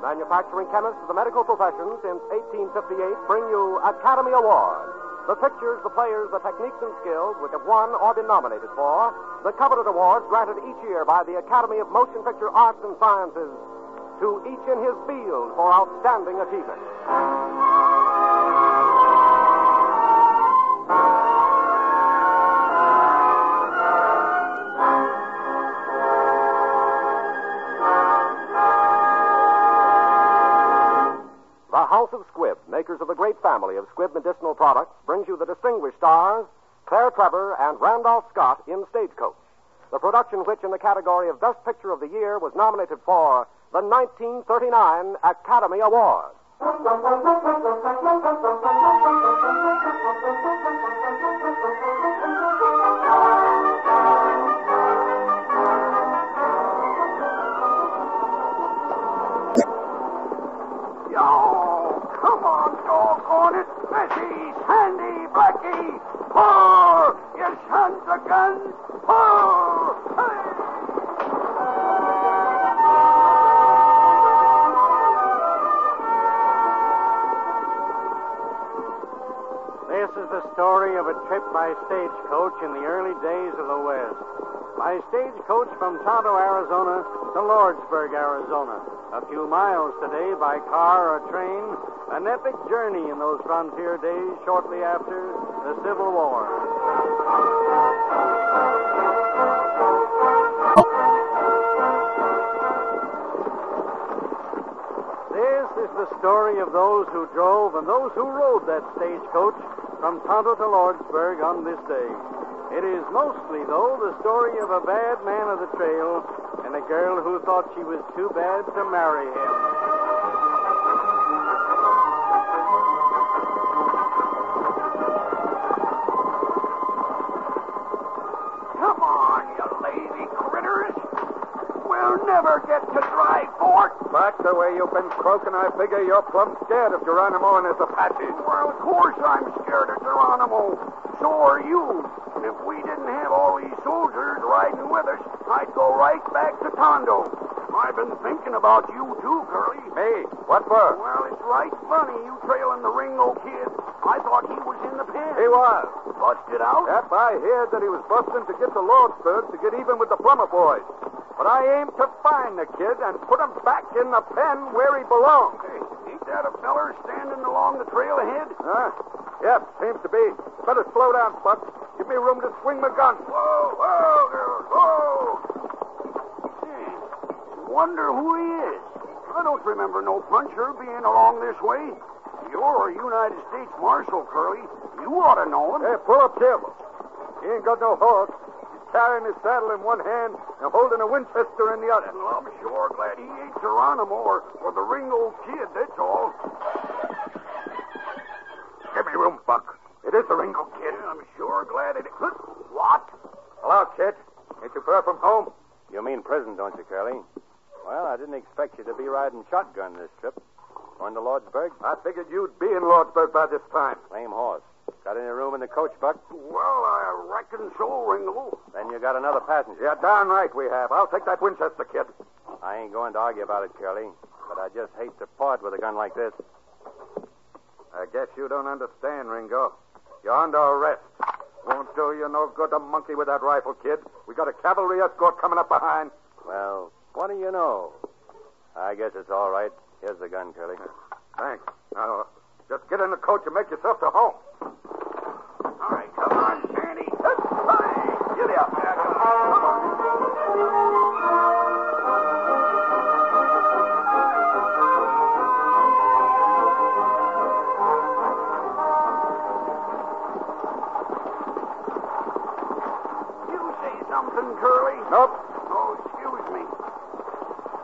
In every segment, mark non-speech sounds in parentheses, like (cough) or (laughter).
manufacturing chemists of the medical profession since 1858 bring you Academy Awards. The pictures, the players, the techniques and skills which have won or been nominated for, the coveted awards granted each year by the Academy of Motion Picture Arts and Sciences to each in his field for outstanding achievement. The House of Squibb, makers of the great family of Squibb medicinal products, brings you the distinguished stars Claire Trevor and Randolph Scott in Stagecoach, the production which, in the category of Best Picture of the Year, was nominated for the 1939 Academy Award. Yo, come on, doggone it. Missy, Sandy, Blackie, pull! You sons of guns, pull! Hey! This is the story of a trip by stagecoach in the early days of the West. By stagecoach from Tonto, Arizona to Lordsburg, Arizona. A few miles today by car or train. An epic journey in those frontier days shortly after the Civil War. This is the story of those who drove and those who rode that stagecoach from Tonto to Lordsburg on this day. It is mostly, though, the story of a bad man of the trail and a girl who thought she was too bad to marry him. Come on, you lazy critters. We'll never get to Dry Fork. Back the way you've been croaking, I figure you're plumb scared of Geronimo and his Apaches. Well, of course I'm scared of Geronimo. So are you. And if we didn't have all these soldiers riding with us, I'd go right back to Tondo. I've been thinking about you too, Curly. Me? What for? Well, it's right funny you trailing the Ringo kid. I thought he was in the pen. He was. busted out. Yep, I heard that he was busting to get to Lordsburg to get even with the plumber boys. But I aim to find the kid and put him back in the pen where he belongs. Hey, ain't that a feller standing along the trail ahead? Huh? Yep, seems to be. Better slow down, Buck. Give me room to swing my gun. Whoa, whoa, girls, whoa! Gee, Wonder who he is. I don't remember no puncher being along this way. You're a United States Marshal, Curly. You ought to know him. Hey, pull up careful. He ain't got no horse. He's carrying his saddle in one hand and holding a Winchester in the other. Well, I'm sure glad he ain't Geronimo or, or the Ringo Kid, that's all. Give me room, Buck. It is the Ringo. Kid, I'm sure glad it... What? Hello, kid. Ain't you far from home? You mean prison, don't you, Curly? Well, I didn't expect you to be riding shotgun this trip. Going to Lordsburg? I figured you'd be in Lordsburg by this time. Lame horse. Got any room in the coach, Buck? Well, I reckon so, Ringo. Then you got another passenger. Yeah, darn right we have. I'll take that Winchester, kid. I ain't going to argue about it, Curly, but I just hate to part with a gun like this. I guess you don't understand, Ringo. You're under arrest. Won't do you no good to monkey with that rifle, kid. We got a cavalry escort coming up behind. Well, what do you know? I guess it's all right. Here's the gun, Curly. Thanks. Now, just get in the coach and make yourself to home. All right, come on, Sandy. Hey, Get up there. Come on. You say something, Curly? Nope. Oh, excuse me.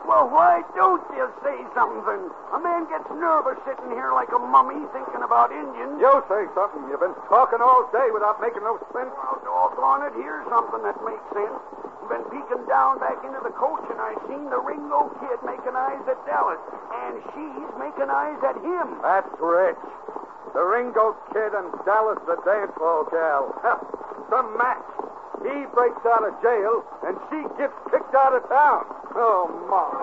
Well, why don't you say something? A man gets nervous sitting here like a mummy thinking about Indians. You say something. You've been talking all day without making no sense. Well, doggone it, here's something that makes sense. I've been peeking down back into the coach, and I seen the Ringo kid making eyes at Dallas, and she's making eyes at him. That's rich. The Ringo kid and Dallas the dance hall gal. (laughs) Ha, Some match. He breaks out of jail, and she gets kicked out of town. Oh, my.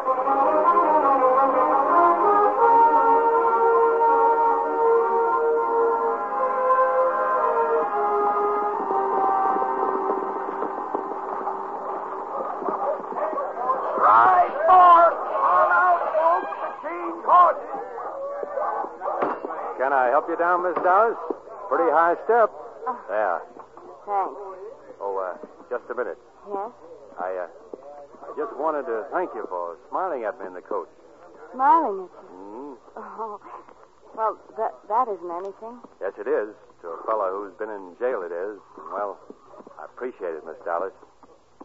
you down, Miss Dawes? Pretty high step. There. Thanks. Oh, uh, just a minute. Yes? I, uh, I just wanted to thank you for smiling at me in the coach. Smiling at you. (laughs) Mm, Oh. Well, that, that isn't anything. yes, it is. To a fellow who's been in jail, it is. And, Well, I appreciate it, Miss Dallas.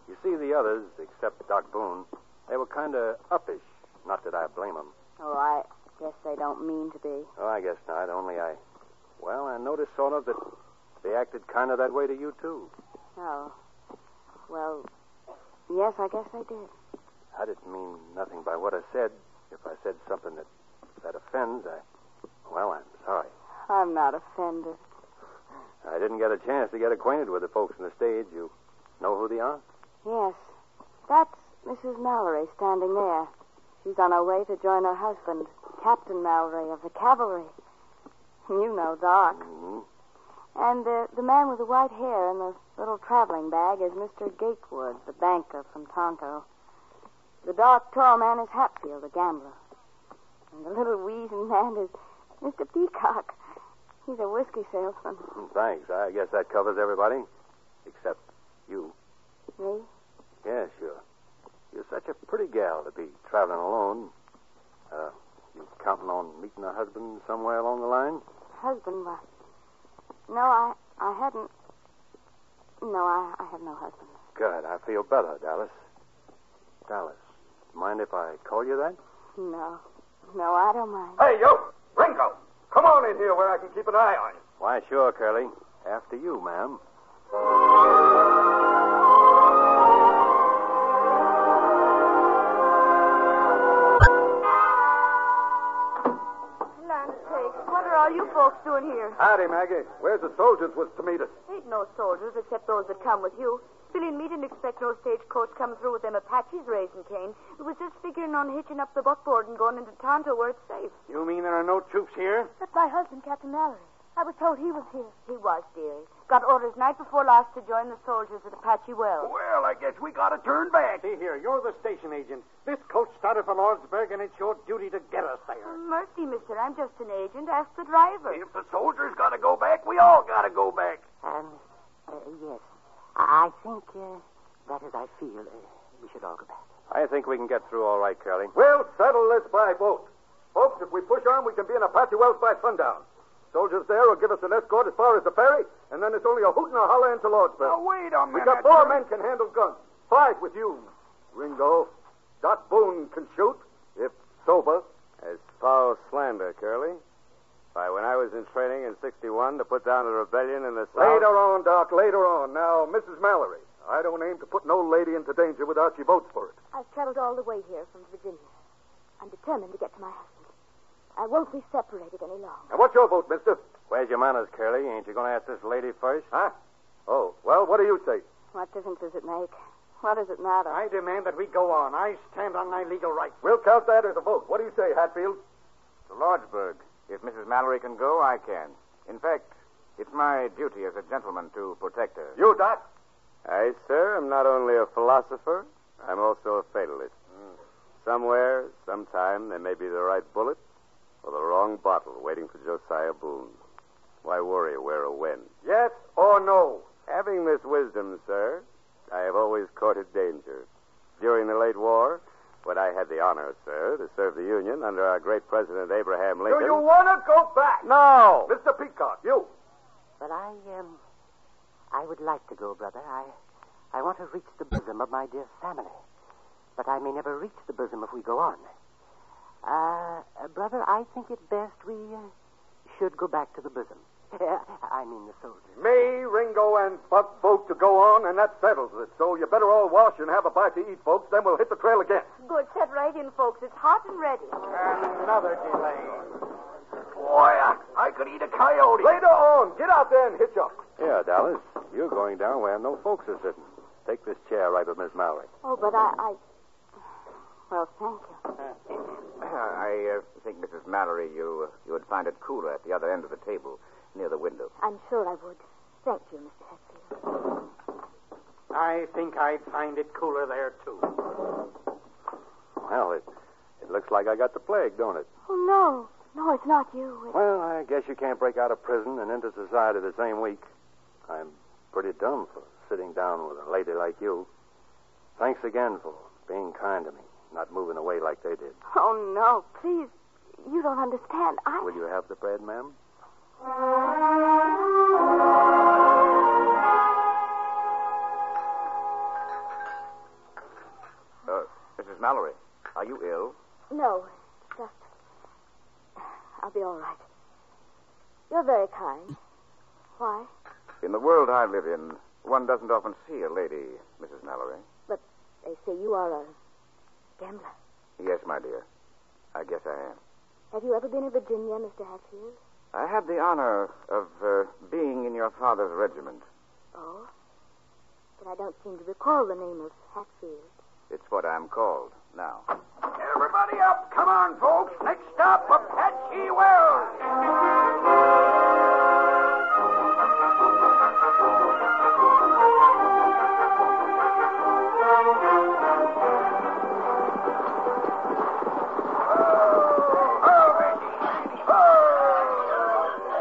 You see, the others, except Doc Boone, they were kind of uppish. Not that I blame them. Oh, I guess they don't mean to be. Oh, I guess not. Only I, well, I noticed sort of that they acted kind of that way to you too. Oh. Well, yes, I guess they did. I didn't mean nothing by what I said. If I said something that that offends, I, well, I'm sorry. I'm not offended. I didn't get a chance to get acquainted with the folks on the stage. You know who they are? Yes. That's Mrs. Mallory standing there. She's on her way to join her husband, Captain Mallory of the cavalry. You know Doc. Mm-hmm. And uh, the man with the white hair and the little traveling bag is Mr. Gatewood, the banker from Tonto. The dark, tall man is Hatfield, the gambler. And the little weazen man is Mr. Peacock. He's a whiskey salesman. Thanks. I guess that covers everybody, except you. Me? Yeah, sure. You're such a pretty gal to be traveling alone. Uh, you counting on meeting a husband somewhere along the line? Husband, well. No, I, I hadn't. No, I, I have no husband. Good. I feel better, Dallas. Dallas, mind if I call you that? No. No, I don't mind. Hey, you! Ringo! Come on in here where I can keep an eye on you. Why, sure, Curly. After you, ma'am. Land sakes, what are all you folks doing here? Howdy, Maggie. Where's the soldiers was to meet us? Ain't no soldiers except those that come with you. Billy and me didn't expect no stagecoach coming through with them Apaches raising Cain. We was just figuring on hitching up the buckboard and going into Tonto where it's safe. You mean there are no troops here? That's my husband, Captain Mallory. I was told he was here. He was, dearie. Got orders night before last to join the soldiers at Apache Wells. Well, I guess we gotta turn back. See here, you're the station agent. This coach started for Lordsburg, and it's your duty to get us there. Mm, Mercy, mister, I'm just an agent. Ask the driver. If the soldiers gotta go back, we all gotta go back. Um, uh, yes. I I think uh, that is I feel. Uh, we should all go back. I think we can get through all right, Curly. We'll settle this by boat. Folks, if we push on, we can be in Apache Wells by sundown. Soldiers there will give us an escort as far as the ferry, and then it's only a hoot and a holler into Now, Lordsburg. wait a minute. we got four men can handle guns. Five with you, Ringo. Doc Boone can shoot, if sober. It's foul slander, Curly. Why, when I was in training in 61 to put down a rebellion in the South... Later on, Doc, later on. Now, Mrs. Mallory, I don't aim to put no lady into danger without she votes for it. I've traveled all the way here from Virginia. I'm determined to get to my husband. I won't be separated any longer. Now, what's your vote, mister? Where's your manners, Curly? Ain't you going to ask this lady first? Huh? Oh, well, what do you say? What difference does it make? What does it matter? I demand that we go on. I stand on my legal rights. We'll count that as a vote. What do you say, Hatfield? To Lordsburg. If Mrs. Mallory can go, I can. In fact, it's my duty as a gentleman to protect her. You, Doc? I, sir, am not only a philosopher, I'm also a fatalist. Somewhere, sometime, there may be the right bullet or the wrong bottle waiting for Josiah Boone. Why worry where or when? Yes or no? Having this wisdom, sir, I have always courted danger. During the late war, when I had the honor, sir, to serve the Union under our great President Abraham Lincoln. Do you want to go back? No! Mr. Peacock, you. But I, um, I would like to go, brother. I, I want to reach the bosom of my dear family. But I may never reach the bosom if we go on. Uh, uh, brother, I think it best we uh, should go back to the bosom. (laughs) I mean the soldiers. Me, Ringo, and Buck vote to go on, and that settles it. So you better all wash and have a bite to eat, folks. Then we'll hit the trail again. Good, set right in, folks. It's hot and ready. Another delay. Boy, I, I could eat a coyote. Later on, get out there and hitch up. Yeah, Dallas, you're going down where no folks are sitting. Take this chair right with Miss Mallory. Oh, but I, I. Well, thank you. (clears throat) I uh, think, Mrs. Mallory, you uh, you would find it cooler at the other end of the table, near the window. I'm sure I would. Thank you, Mr. Hatfield. I think I'd find it cooler there, too. Well, it it looks like I got the plague, don't it? Oh, no. No, it's not you. It's... Well, I guess you can't break out of prison and into society the same week. I'm pretty dumb for sitting down with a lady like you. Thanks again for being kind to me, not moving away like they did. Oh, no, please. You don't understand. I. Will you have the bread, ma'am? Uh, Mrs. Mallory, are you ill? No, just. I'll be all right. You're very kind. Why? In the world I live in, one doesn't often see a lady, Mrs. Mallory. But they say you are a gambler. Yes, my dear. I guess I am. Have you ever been in Virginia, Mr. Hatfield? I had the honor of uh, being in your father's regiment. Oh? But I don't seem to recall the name of Hatfield. It's what I'm called now. Everybody up. Come on, folks. Next stop, Apache Wells.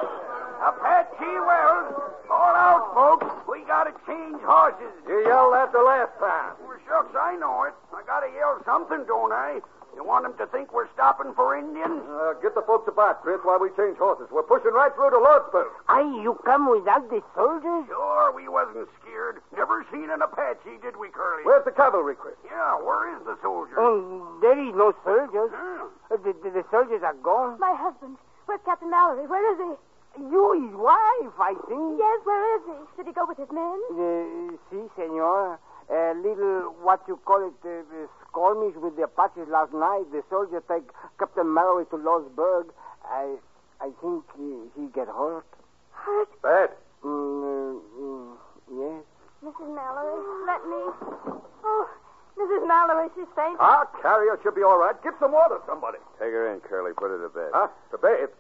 Apache Wells. All out, folks. We gotta change horses. You yelled that the last time. Well, shucks, I know it. I gotta yell something, don't I? You want 'em to think we're stopping for Indians? Uh, get the folks about, Chris, while we change horses. We're pushing right through to Lordsburg. Aye, you come without the soldiers? Sure, we wasn't scared. Never seen an Apache, did we, Curly? Where's the cavalry, Chris? yeah, where is the soldier? Um, there is no soldiers. Hmm. Uh, The, the, the soldiers are Oh. gone. My husband. Where's Captain Mallory? Where is he? You his wife, I think. Yes, where is he? Did he go with his men? Uh, see, senor. A Eh, little, what you call it, uh, uh, skirmish with the Apaches last night. The soldiers take Captain Mallory to Losburg. I, I think he, he get hurt. Hurt. Bad. Mm, mm, yes. Mrs. Mallory, let me. Oh, Mrs. Mallory, she's fainting. I'll carry her. She'll be all right. Get some water, somebody. Take her in, Curly. Put her to bed. Huh? To bed?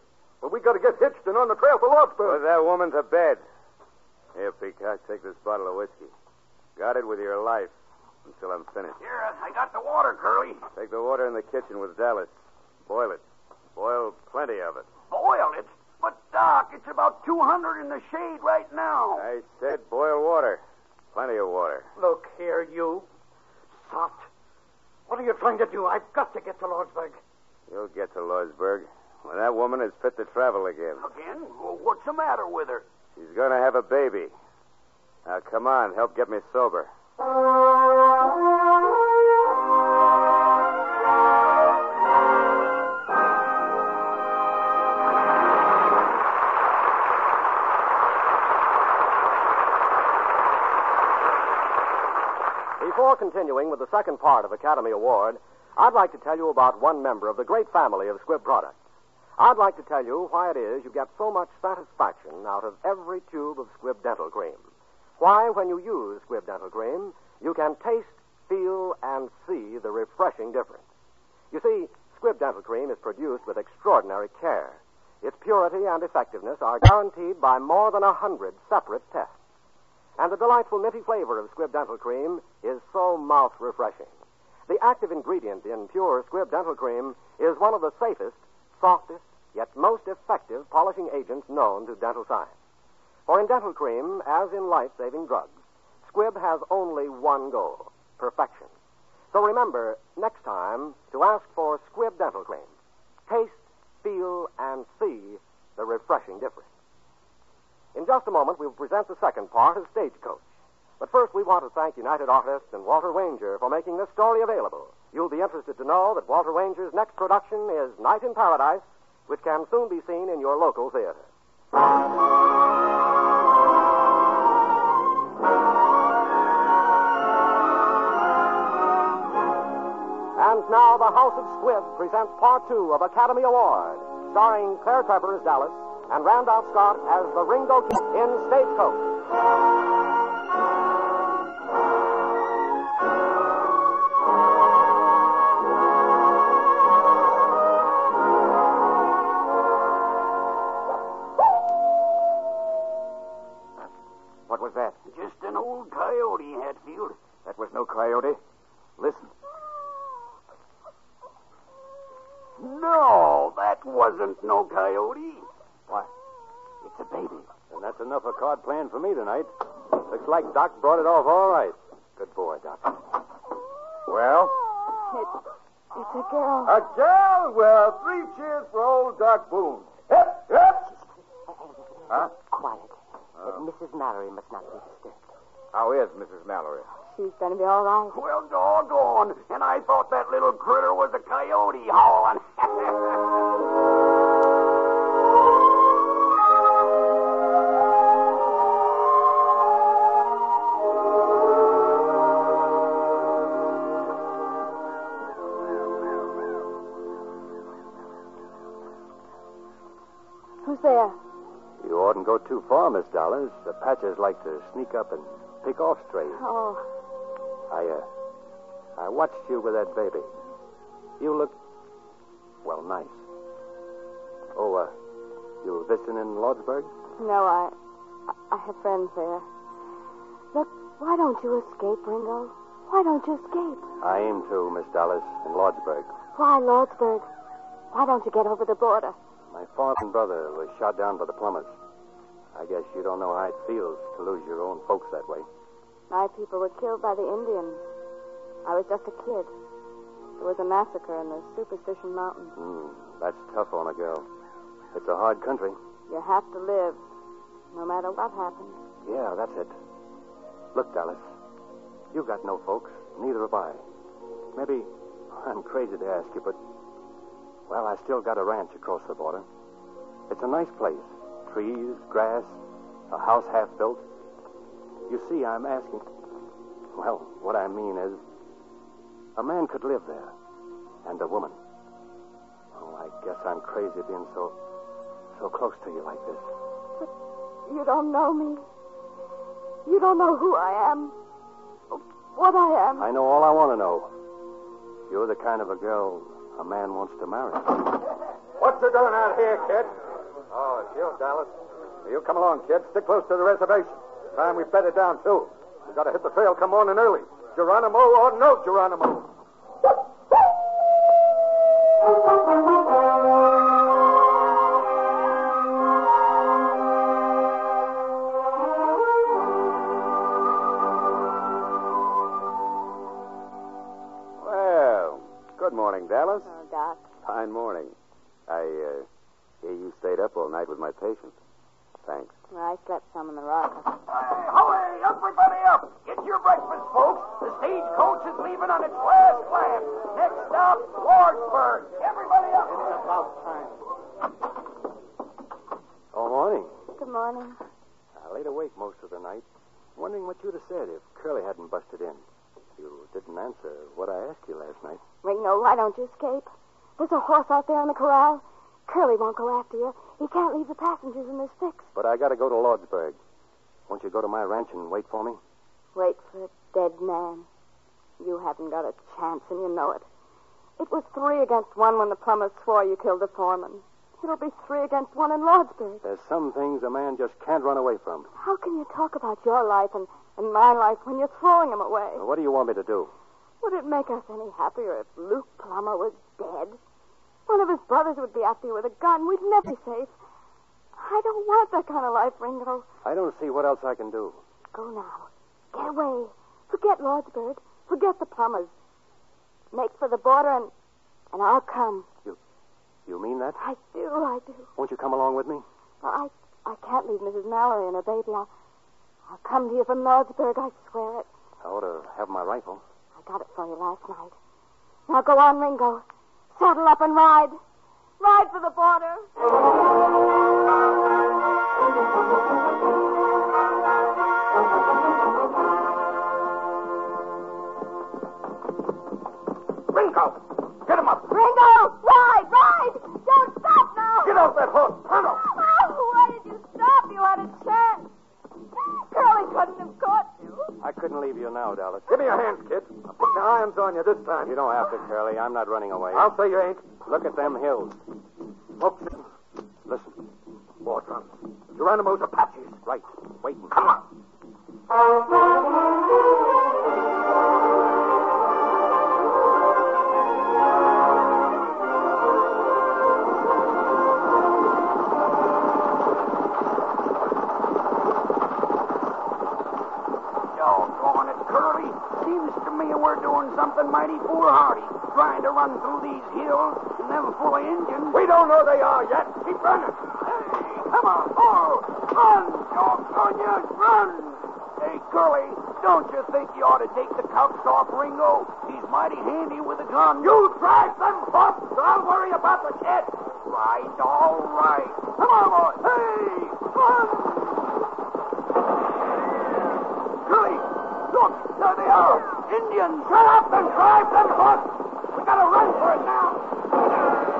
Well, we gotta get hitched and on the trail for Lordsburg. Put that woman to bed. Here, Peacock, take this bottle of whiskey. Guard it with your life until I'm finished. Here, I got the water, Curly. Take the water in the kitchen with Dallas. Boil it. Boil plenty of it. Boil it? But, Doc, it's about 200 in the shade right now. I said boil water. Plenty of water. Look here, you. Soft. What are you trying to do? I've got to get to Lordsburg. You'll get to Lordsburg when that woman is fit to travel again. Again? Well, what's the matter with her? She's going to have a baby. Now, come on, help get me sober. Before continuing with the second part of Academy Award, I'd like to tell you about one member of the great family of Squibb products. I'd like to tell you why it is you get so much satisfaction out of every tube of Squibb dental cream. Why, when you use Squibb dental cream, you can taste, feel, and see the refreshing difference. You see, Squibb dental cream is produced with extraordinary care. Its purity and effectiveness are guaranteed by more than a hundred separate tests. And the delightful minty flavor of Squib Dental Cream is so mouth refreshing. The active ingredient in pure Squib Dental Cream is one of the safest, softest, yet most effective polishing agents known to dental science. For in dental cream, as in life saving drugs, Squib has only one goal perfection. So remember, next time, to ask for Squib Dental Cream. Taste, feel, and see the refreshing difference. In just a moment, we'll present the second part of Stagecoach. But first, we want to thank United Artists and Walter Wanger for making this story available. You'll be interested to know that Walter Wanger's next production is Night in Paradise, which can soon be seen in your local theater. And now, The House of Squibb presents part two of Academy Award, starring Claire Trevor as Dallas and Randolph Scott as the Ringo Kid in Stagecoach. What was that? Just an old coyote, Hatfield. That was no coyote. Listen. No, that wasn't no coyote. What? It's a baby. And that's enough of card playing for me tonight. Looks like Doc brought it off all right. Good boy, Doc. Well? It's, it's a girl. A gal? Well, three cheers for old Doc Boone. Hep, (laughs) hep. Huh? Oh. Quiet. And Mrs. Mallory must not be disturbed. How is Mrs. Mallory? She's going to be all right. Well, doggone. And I thought that little critter was a coyote howling. Who's there? You oughtn't go too far, Miss Dollars. The patches like to sneak up and pick off strays. Oh, I, uh, I watched you with that baby. You look, well, nice. Oh, uh, you visiting in Lordsburg? no, I, I have friends there. Look, why don't you escape, Ringo? Why don't you escape? I aim to, Miss Dollars, in Lordsburg. Why, Lordsburg? Why don't you get over the border? My father and brother was shot down by the plumbers. I guess you don't know how it feels to lose your own folks that way. My people were killed by the Indians. I was just a kid. There was a massacre in the Superstition Mountains. Mm, that's tough on a girl. It's a hard country. You have to live, no matter what happens. Yeah, that's it. Look, Dallas, you got no folks. Neither have I. Maybe (laughs) I'm crazy to ask you, but well, I still got a ranch across the border. It's a nice place. Trees, grass, a house half built. You see, I'm asking. Well, what I mean is, a man could live there, and a woman. Oh, I guess I'm crazy being so, so close to you like this. You don't know me. You don't know who I am. What I am. I know all I want to know. You're the kind of a girl a man wants to marry. What's it doing out here, kid? Oh, it's you, Dallas. You come along, kid. Stick close to the reservation. Time we bedded down, too. We gotta hit the trail come morning early. Geronimo or no Geronimo. Well, good morning, Dallas. Oh, Doc. Fine morning. I uh, hear you stayed up all night with my patient. Thanks. Well, I slept some in the rocker. Hey, hooray, everybody up. Get your breakfast, folks. The stagecoach is leaving on its last lap. Next stop, Lordsburg. Everybody up. All morning. Good morning. Oh, I laid awake most of the night, wondering what you'd have said if Curly hadn't busted in. You didn't answer what I asked you last night. Ringo, why don't you escape? There's a horse out there in the corral. Curly won't go after you. He can't leave the passengers in this fix. But I gotta go to Lordsburg. Won't you go to my ranch and wait for me? Wait for a dead man. You haven't got a chance, and you know it. It was three against one when the plumbers swore you killed the foreman. It'll be three against one in Lordsburg. There's some things a man just can't run away from. How can you talk about your life and, and my life when you're throwing them away? Now, What do you want me to do? Would it make us any happier if Luke Plummer was dead? One of his brothers would be after you with a gun. We'd never be safe. I don't want that kind of life, Ringo. I don't see what else I can do. Go now. Get away. Forget Lordsburg. Forget the Plummers. Make for the border and, and I'll come. You mean that? I do, I do. Won't you come along with me? Well, I, I can't leave Mrs. Mallory and her baby. I'll, I'll come to you from Lordsburg, I swear it. I ought to have my rifle. I got it for you last night. Now go on, Ringo. Saddle up and ride. Ride for the border. Ringo, get him up. Ringo, ride, ride! Don't stop now! Get off that horse. (laughs) Turn off. Oh, why did you stop? You had a chance. Curly couldn't have caught you. I couldn't leave you now, Dallas. Give me your hands, kid. I'm putting the irons on you this time. You don't have to, Curly. I'm not running away. I'll say you ain't. Look at them hills. Folks, Listen. war drums. Geronimo's Apaches. Right. Waiting. Come on. Well, Charlie, seems to me we're doing something mighty foolhardy, trying to run through these hills and them full of engines. We don't know they are yet. Keep running. Hey, come on. Oh, run, dogs on you, run. Hey, Curly, don't you think you ought to take the cuffs off Ringo? He's mighty handy with a gun. You drive them, Bob. I'll worry about the kid. Right, all right. Come on, boys. Hey, run. Curly, look, there they are. Indians. Shut up and drive them, Bob. We gotta run for it now.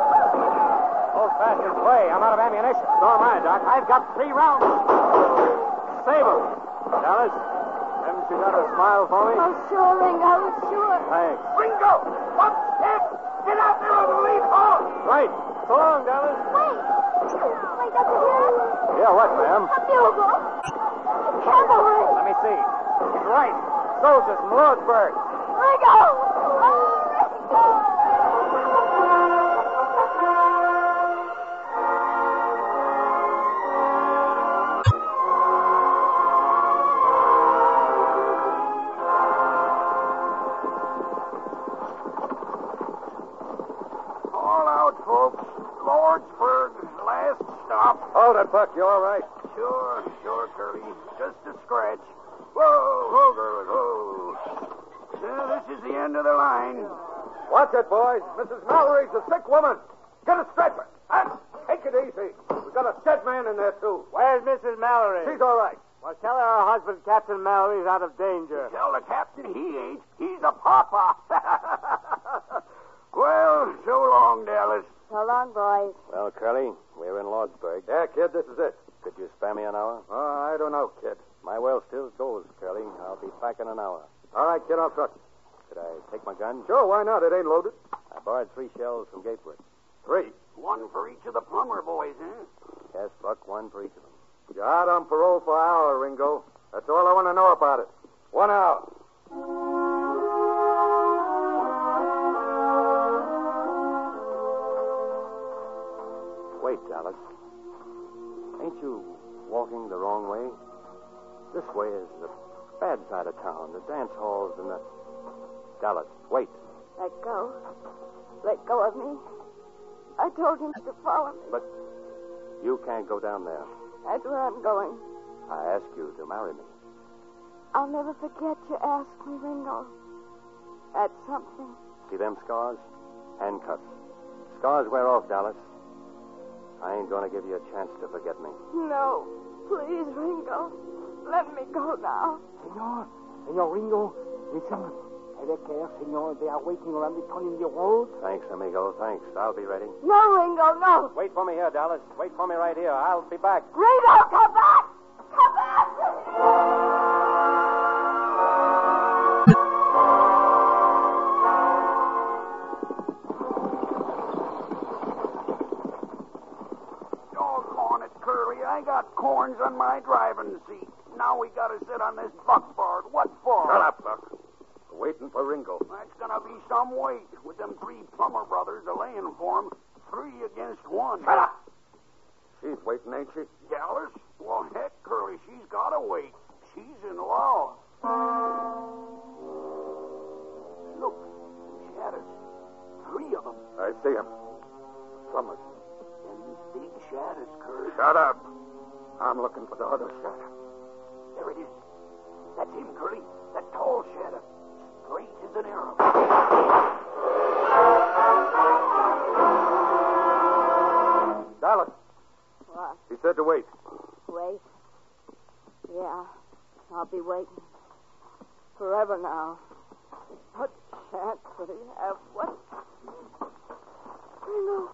Hold fast and play. I'm out of ammunition. So am I, Doc. I've got three rounds. Save 'em. Dallas, haven't you got a smile for me? Oh, sure, Ringo, sure. Thanks. Ringo, Bob, kid, get out there and leave home. Right. So long, Dallas. Wait! Wait, Dr. Bugle? Yeah, what, ma'am? A bugle? A cavalry! Let me see. He's right. Soldiers from Lordsburg. Ringo! All out, folks. Lordsburg, last stop. Hold it, Buck. You all right? Sure, sure, Curly. Just a scratch. Whoa, whoa, Curly, whoa. Yeah, this is the end of the line. Watch it, boys. Mrs. Mallory's a sick woman. Get a stretcher. And take it easy. We've got a dead man in there, too. Where's Mrs. Mallory? She's all right. Well, tell her her husband, Captain Mallory's out of danger. Tell the captain he ain't. He's a papa. well, so long, Dallas. So long, boys. Well, Curly, we're in Lordsburg. Yeah, kid, this is it. Could you spare me an hour? Uh, Oh, I don't know, kid. My well still goes, Curly. I'll be back in an hour. All right, kid, I'll trust you. Could I take my gun? Sure, why not? It ain't loaded. I borrowed three shells from Gatewood. Three. One for each of the plumber boys, huh? Yes, Buck, one for each of them. You're out on parole for an hour, Ringo. That's all I want to know about it. One hour. Wait, Dallas. Ain't you walking the wrong way? This way is the bad side of town, the dance halls and the. Dallas, wait. Let go. Let go of me. I told you not to follow me. But you can't go down there. That's where I'm going. I ask you to marry me. I'll never forget you asked me, Ringo. That's something. See them scars? Handcuffs. Scars wear off, Dallas. I ain't gonna give you a chance to forget me. No. Please, Ringo. Let me go now. Senor, Senor Ringo, listen. Have care, senor. They are waiting around the corner in the road. Thanks, amigo. Thanks. I'll be ready. No, Ringo, no. Wait for me here, Dallas. Wait for me right here. I'll be back. Ringo, come back! Come back! Doggone it, Curly. I got corns on my driving seat. Now we gotta sit on this buckboard. What for? Shut up, Buck. We're waiting for Ringo. That's gonna be some weight with them three plumber brothers a laying for 'em. Three against one. Shut up. She's waiting, ain't she? Dallas? Well, heck, Curly, she's gotta wait. She's in law. Look, shadows. Three of 'em, I see him. Plumbers. And big shadows, Curly. Shut up. I'm looking for the other shot. There it is. That's him, Curly. That tall shadow. Straight as an arrow. Dallas, What? he said to wait. Wait. Yeah, I'll be waiting. Forever now. What chance would he have? What? Ringo.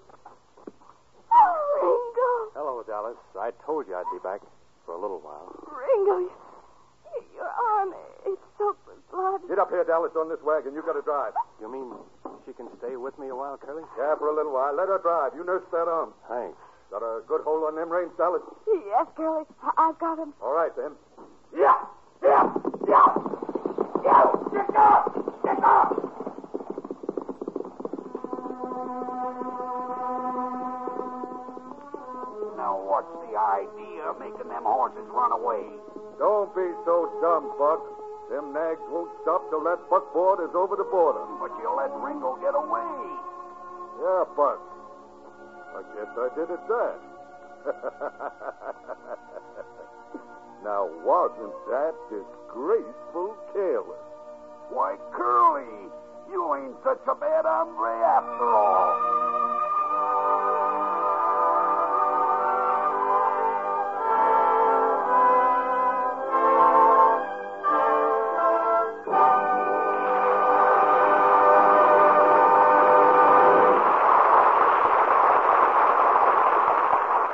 Oh, Hello, Dallas. I told you I'd be back for a little while. Ringo. Ringo, you, your arm, it's soaked with blood. Get up here, Dallas, on this wagon. You gotta drive. You mean she can stay with me a while, Curly? Yeah, for a little while. Let her drive. You nurse that arm. Thanks. Got a good hold on them reins, Dallas. Yes, girlie, I- I've got him. All right, then. Yeah! Yeah! Yeah! Yeah! Get up! Get up! out. Them nags won't stop till that buckboard is over the border. But you let Ringo get away. Yeah, Buck. I guess I did it (laughs) that. now, wasn't that disgraceful careless? Why, Curly, you ain't such a bad hombre after all.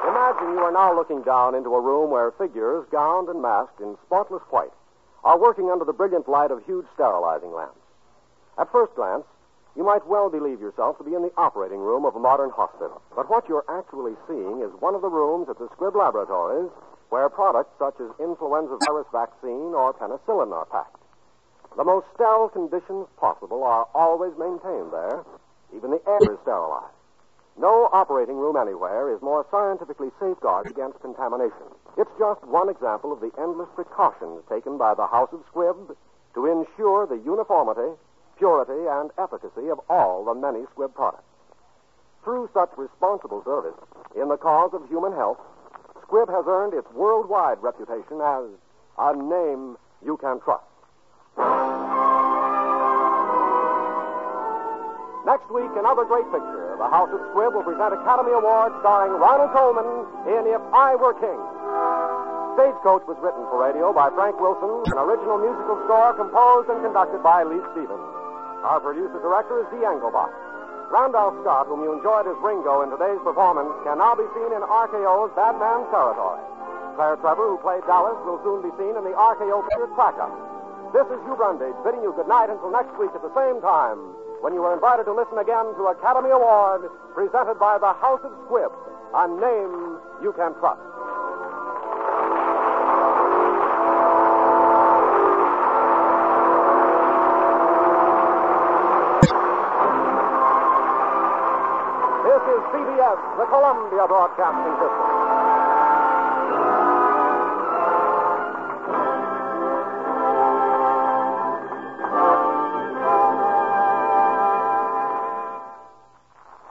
Imagine you are now looking down into a room where figures, gowned and masked in spotless white, are working under the brilliant light of huge sterilizing lamps. At first glance, you might well believe yourself to be in the operating room of a modern hospital. But what you're actually seeing is one of the rooms at the Squibb Laboratories where products such as influenza virus vaccine or penicillin are packed. The most sterile conditions possible are always maintained there. Even the air is sterilized. No operating room anywhere is more scientifically safeguarded against contamination. It's just one example of the endless precautions taken by the House of Squibb to ensure the uniformity, purity, and efficacy of all the many Squibb products. Through such responsible service in the cause of human health, Squibb has earned its worldwide reputation as a name you can trust. Next week, another great picture. The House of Squibb will present Academy Awards starring Ronald Coleman in If I Were King. Stagecoach was written for radio by Frank Wilson, an original musical score composed and conducted by Lee Stevens. Our producer director is Dee Engelbach. Randolph Scott, whom you enjoyed as Ringo in today's performance, can now be seen in RKO's Batman territory. Claire Trevor, who played Dallas, will soon be seen in the RKO picture Crack Up. This is Hugh Brundage bidding you good night until next week at the same time when you are invited to listen again to Academy Award presented by the House of Squibb, a name you can trust. This is CBS, the Columbia Broadcasting System.